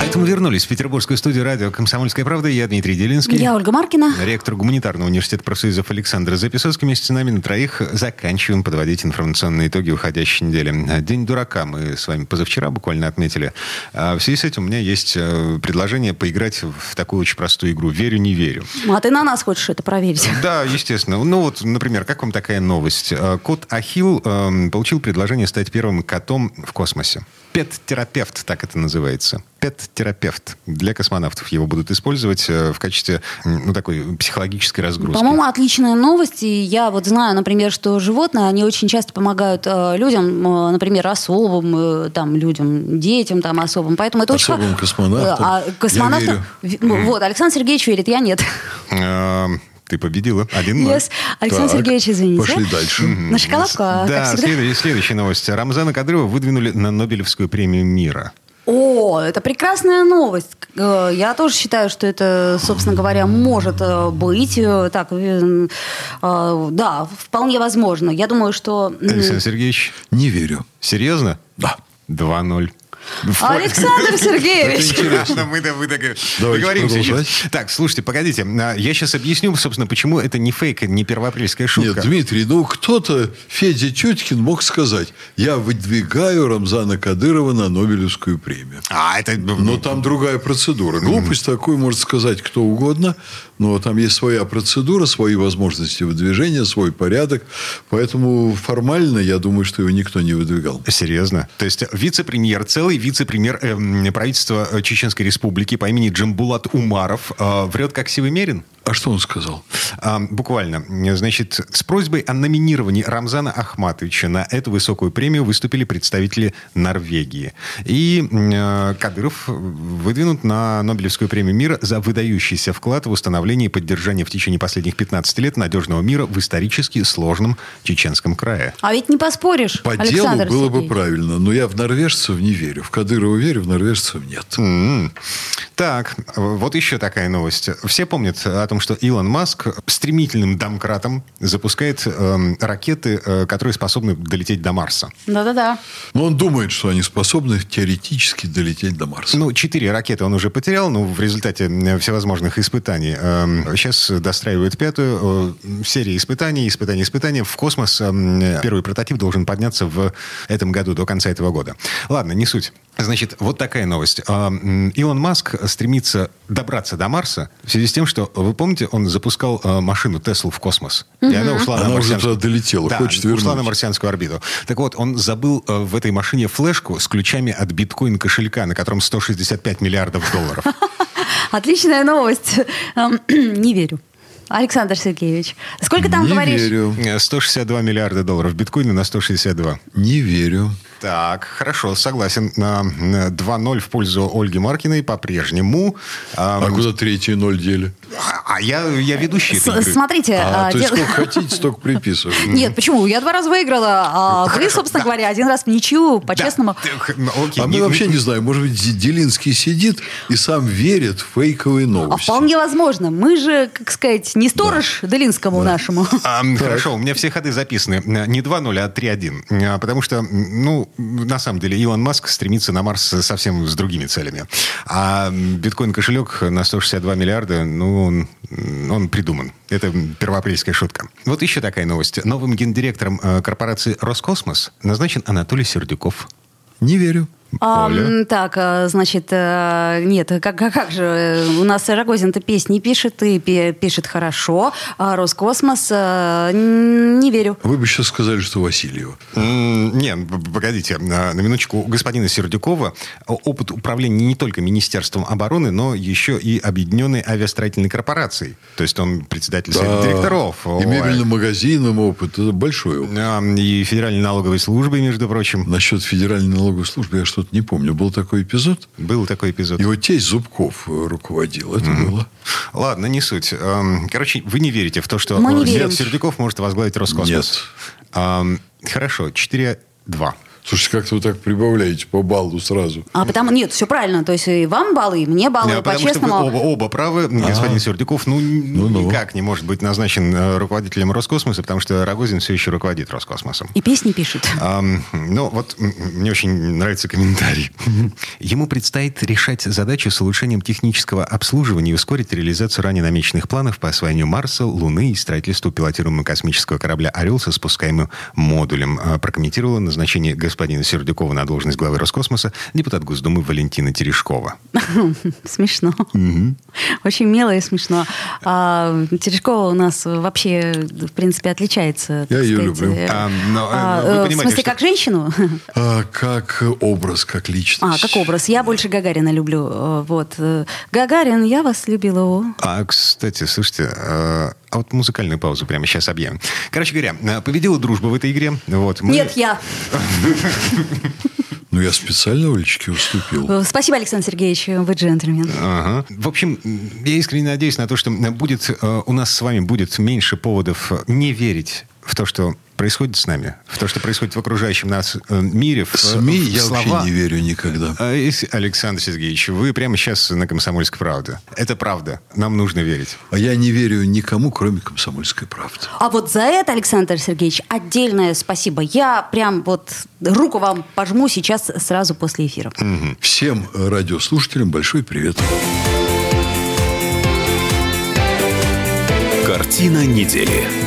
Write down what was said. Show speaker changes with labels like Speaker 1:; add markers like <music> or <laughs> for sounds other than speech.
Speaker 1: Поэтому вернулись в петербургскую студию радио «Комсомольская правда». Я Дмитрий Делинский.
Speaker 2: Я Ольга Маркина.
Speaker 1: Ректор гуманитарного университета профсоюзов Александр Записоцкий вместе с нами на троих заканчиваем подводить информационные итоги уходящей недели. День дурака мы с вами позавчера буквально отметили. А в связи с этим у меня есть э, предложение поиграть в такую очень простую игру «Верю, не верю».
Speaker 2: А ты на нас хочешь это
Speaker 3: <laughs>
Speaker 2: проверить?
Speaker 1: Да, естественно. Ну вот, например, как вам такая новость? Э, Кот Ахилл эм, получил предложение стать первым котом в космосе. Пет-терапевт, так это называется. Пет-терапевт. Для космонавтов его будут использовать э, в качестве м, ну, такой психологической разгрузки.
Speaker 2: По-моему, отличная новость. И я вот знаю, например, что животные, они очень часто помогают э, людям, э, например, особым э, там людям, детям там особым. Поэтому это очень...
Speaker 3: Особым
Speaker 2: хо-
Speaker 3: космонавтам.
Speaker 2: А,
Speaker 3: Я
Speaker 2: космонавтам-
Speaker 3: верю.
Speaker 2: Ви- ну, Вот, Александр Сергеевич верит, я нет.
Speaker 1: Эм, Ты победила. Один ноль.
Speaker 2: Yes. Александр
Speaker 3: Ну, Так,
Speaker 2: Сергеевич, извините.
Speaker 3: Пошли дальше.
Speaker 2: На шоколадку, а,
Speaker 1: Да,
Speaker 2: как всегда.
Speaker 1: следующая, следующая новость. Рамзана Кадырова выдвинули на Нобелевскую премию мира.
Speaker 2: О, это прекрасная новость. Э, Я тоже считаю, что это, собственно говоря, может э, быть. Э, Так, э, э, да, вполне возможно. Я думаю, что... м,
Speaker 1: Александр Сергеевич,
Speaker 3: Не верю.
Speaker 1: серьезно?
Speaker 3: Да.
Speaker 1: 2-0.
Speaker 3: <laughs>
Speaker 2: Александр Сергеевич!
Speaker 1: Интересно, Ну, мы, да- мы так- договоримся
Speaker 3: продолжать.
Speaker 1: сейчас. Так, слушайте, погодите. А, Я сейчас объясню, собственно, почему это не фейк, не первоапрельская шутка.
Speaker 3: Нет, Дмитрий, ну кто-то, Федя Чуткин, мог сказать, я выдвигаю Рамзана Кадырова на Нобелевскую премию.
Speaker 1: А, это...
Speaker 3: Но там другая процедура. Глупость такую может сказать кто угодно, но там есть своя процедура, свои возможности выдвижения, свой порядок. Поэтому формально, я думаю, что его никто не выдвигал.
Speaker 1: Серьезно? То есть вице-премьер, целый вице-премьер эм, правительства э, Чеченской Республики по имени Джамбулат Умаров э, врет как сивый мерин?
Speaker 3: А что он сказал?
Speaker 1: А, Буквально. Значит, с просьбой о номинировании Рамзана Ахматовича на эту высокую премию выступили представители Норвегии. И э, Кадыров выдвинут на Нобелевскую премию мира за выдающийся вклад в установление и поддержание в течение последних 15 лет надежного мира в исторически сложном чеченском крае.
Speaker 2: А ведь не поспоришь,
Speaker 3: По
Speaker 2: Александр
Speaker 3: делу было бы
Speaker 2: Сергеевич.
Speaker 3: правильно, но я в норвежцев не верю. В Кадырова верю, в норвежцев нет.
Speaker 1: М. Так, э, вот еще такая новость. Все помнят о том, что Илон Маск стремительным домкратом запускает эм, ракеты, э, которые способны долететь до Марса.
Speaker 2: Да-да-да. <laughs>
Speaker 3: Но он думает, что они способны теоретически долететь до Марса.
Speaker 1: Ну, четыре ракеты он уже потерял, ну, в результате э, всевозможных испытаний. Сейчас достраивают пятую э, серию испытаний, испытаний, испытаний. В космос эм, э, первый прототип должен подняться в этом году, до конца этого года. Ладно, не суть. Значит, вот такая новость. А, м, Илон Маск стремится добраться до Марса в связи с тем, что, вы помните, он запускал э, машину Теслу в космос. И она ушла на
Speaker 3: Она уже
Speaker 1: марсианскую-
Speaker 3: туда долетела,
Speaker 1: Да,
Speaker 3: хочет
Speaker 1: ушла на
Speaker 3: вернуть.
Speaker 1: марсианскую орбиту. Так вот, он забыл э, в этой машине флешку с ключами от биткоин-кошелька, на котором 165 миллиардов долларов.
Speaker 2: Отличная новость. Эм, <clears throat> Не верю. Александр Сергеевич, сколько там
Speaker 3: не
Speaker 2: говоришь?
Speaker 3: верю.
Speaker 1: Э, 162 миллиарда долларов. Биткоины на 162.
Speaker 3: Не верю.
Speaker 1: Так, хорошо, согласен. На на 2-0 в пользу Ольги Маркиной по-прежнему. А,
Speaker 3: А куда третий ноль дели?
Speaker 1: а я, я ведущий этой
Speaker 2: С-
Speaker 1: игры.
Speaker 2: Смотрите,
Speaker 3: А,
Speaker 2: а,
Speaker 3: то есть
Speaker 2: дел-
Speaker 3: сколько хотите, столько приписываю.
Speaker 2: <laughs> нет, почему? Я два раза выиграла,
Speaker 3: Ну,
Speaker 2: а вы,
Speaker 1: Хорошо,
Speaker 2: собственно
Speaker 1: да.
Speaker 2: говоря, один раз в ничью,
Speaker 1: Да.
Speaker 2: по-честному.
Speaker 1: Ты- х- ну, окей,
Speaker 3: А
Speaker 1: не-
Speaker 3: мы вообще не знаем, может быть, Зи- Делинский сидит и сам верит в фейковые
Speaker 2: А
Speaker 3: новости.
Speaker 2: вполне возможно. Мы же, как сказать, не сторож Долинскому нашему.
Speaker 1: А, м, хорошо, у меня все ходы записаны. Э, Не 2-0, а 3-1. Э, Потому что, м, ну, на самом деле, Илон Маск стремится на Марс совсем с другими целями. А м, биткоин-кошелек на 162 миллиарда, ну, он, м, он придуман. Это м, первоапрельская шутка. Вот еще такая новость. Новым гендиректором э, корпорации «Роскосмос» назначен Анатолий Сердюков.
Speaker 3: Не верю.
Speaker 2: А,
Speaker 1: Оля?
Speaker 2: м, так, а, значит, э, нет, как, как, как же, э, у нас Рогозин-то песни пишет, и пе- пишет хорошо, а Роскосмос, э, н- не верю.
Speaker 3: Вы бы сейчас сказали, что Васильева.
Speaker 1: М, Не, п- погодите, э, на минуточку. У господина Сердюкова о- опыт управления не только Министерством обороны, но еще и Объединенной авиастроительной корпорацией. То есть он председатель совета директоров.
Speaker 3: А, И мебельным магазином опыт. Это большой опыт.
Speaker 1: А, И Федеральной налоговой службы, между прочим.
Speaker 3: Насчет Федеральной налоговой службы я что-то не помню. Был такой эпизод.
Speaker 1: Был такой эпизод.
Speaker 3: Его тесть Зубков э, руководил. Это было.
Speaker 1: Ладно, не суть. Эм, Короче, вы не верите в то, что
Speaker 2: Мы не
Speaker 1: Сер-
Speaker 2: верим.
Speaker 1: Сердюков может возглавить Роскосмос.
Speaker 3: Нет.
Speaker 1: Эм, Хорошо, 4-2.
Speaker 3: Слушайте, как-то вы так прибавляете по баллу сразу.
Speaker 2: А потому... Нет, все правильно. То есть и вам баллы, и мне баллы,
Speaker 1: Да, Э, а потому что вы
Speaker 2: А по-честному.
Speaker 1: оба, оба правы. Господин Сердюков, ну,
Speaker 3: Ну-ну.
Speaker 1: никак не может быть назначен э, руководителем Роскосмоса, потому что Рогозин все еще руководит Роскосмосом.
Speaker 2: И песни пишет.
Speaker 1: Ам, ну, вот м, мне очень нравится комментарий. Ему предстоит решать задачу с улучшением технического обслуживания и ускорить реализацию ранее намеченных планов по освоению Марса, Луны и строительству пилотируемого космического корабля «Орел» со спускаемым модулем. А, Прокомментировала назначение господина Сердюкова на должность главы Роскосмоса депутат Госдумы Валентина Терешкова.
Speaker 2: <laughs> Смешно. Очень мило и смешно. А, Терешкова у нас вообще, в принципе, отличается. так
Speaker 3: Я её
Speaker 2: сказать,
Speaker 3: люблю.
Speaker 2: э,
Speaker 1: А, но, э,
Speaker 2: а,
Speaker 1: вы
Speaker 2: э, в
Speaker 1: понимаете,
Speaker 2: смысле,
Speaker 1: что-
Speaker 2: как женщину? <laughs>
Speaker 3: А как образ, как
Speaker 2: А,
Speaker 3: личность.
Speaker 2: как образ. Я больше Гагарина люблю. э, Вот. Э, Гагарин, я вас любила. о.
Speaker 1: А, кстати, слушайте, э, а вот музыкальную паузу прямо сейчас объявим. Короче говоря, э, победила дружба в этой игре. Вот, мы-
Speaker 2: Нет, я.
Speaker 3: Ну, я специально Олечке уступил.
Speaker 2: Э, Спасибо, Александр Сергеевич, э, вы джентльмен.
Speaker 1: Ага. В общем, м, я искренне надеюсь на то, что м, будет, э, у нас с вами будет меньше поводов э, не верить в то, что происходит с нами, в то, что происходит в окружающем нас э, мире, в,
Speaker 3: В СМИ
Speaker 1: в
Speaker 3: я
Speaker 1: слова.
Speaker 3: вообще не верю никогда.
Speaker 1: А, и с- Александр Сергеевич, вы прямо сейчас на «Комсомольской правде». Это правда. Нам нужно верить.
Speaker 3: А я не верю никому, кроме комсомольской правды.
Speaker 2: А вот за это, Александр Сергеевич, отдельное спасибо. Я прям вот руку вам пожму сейчас сразу после эфира.
Speaker 3: Всем э, радиослушателям большой привет.
Speaker 4: Картина недели.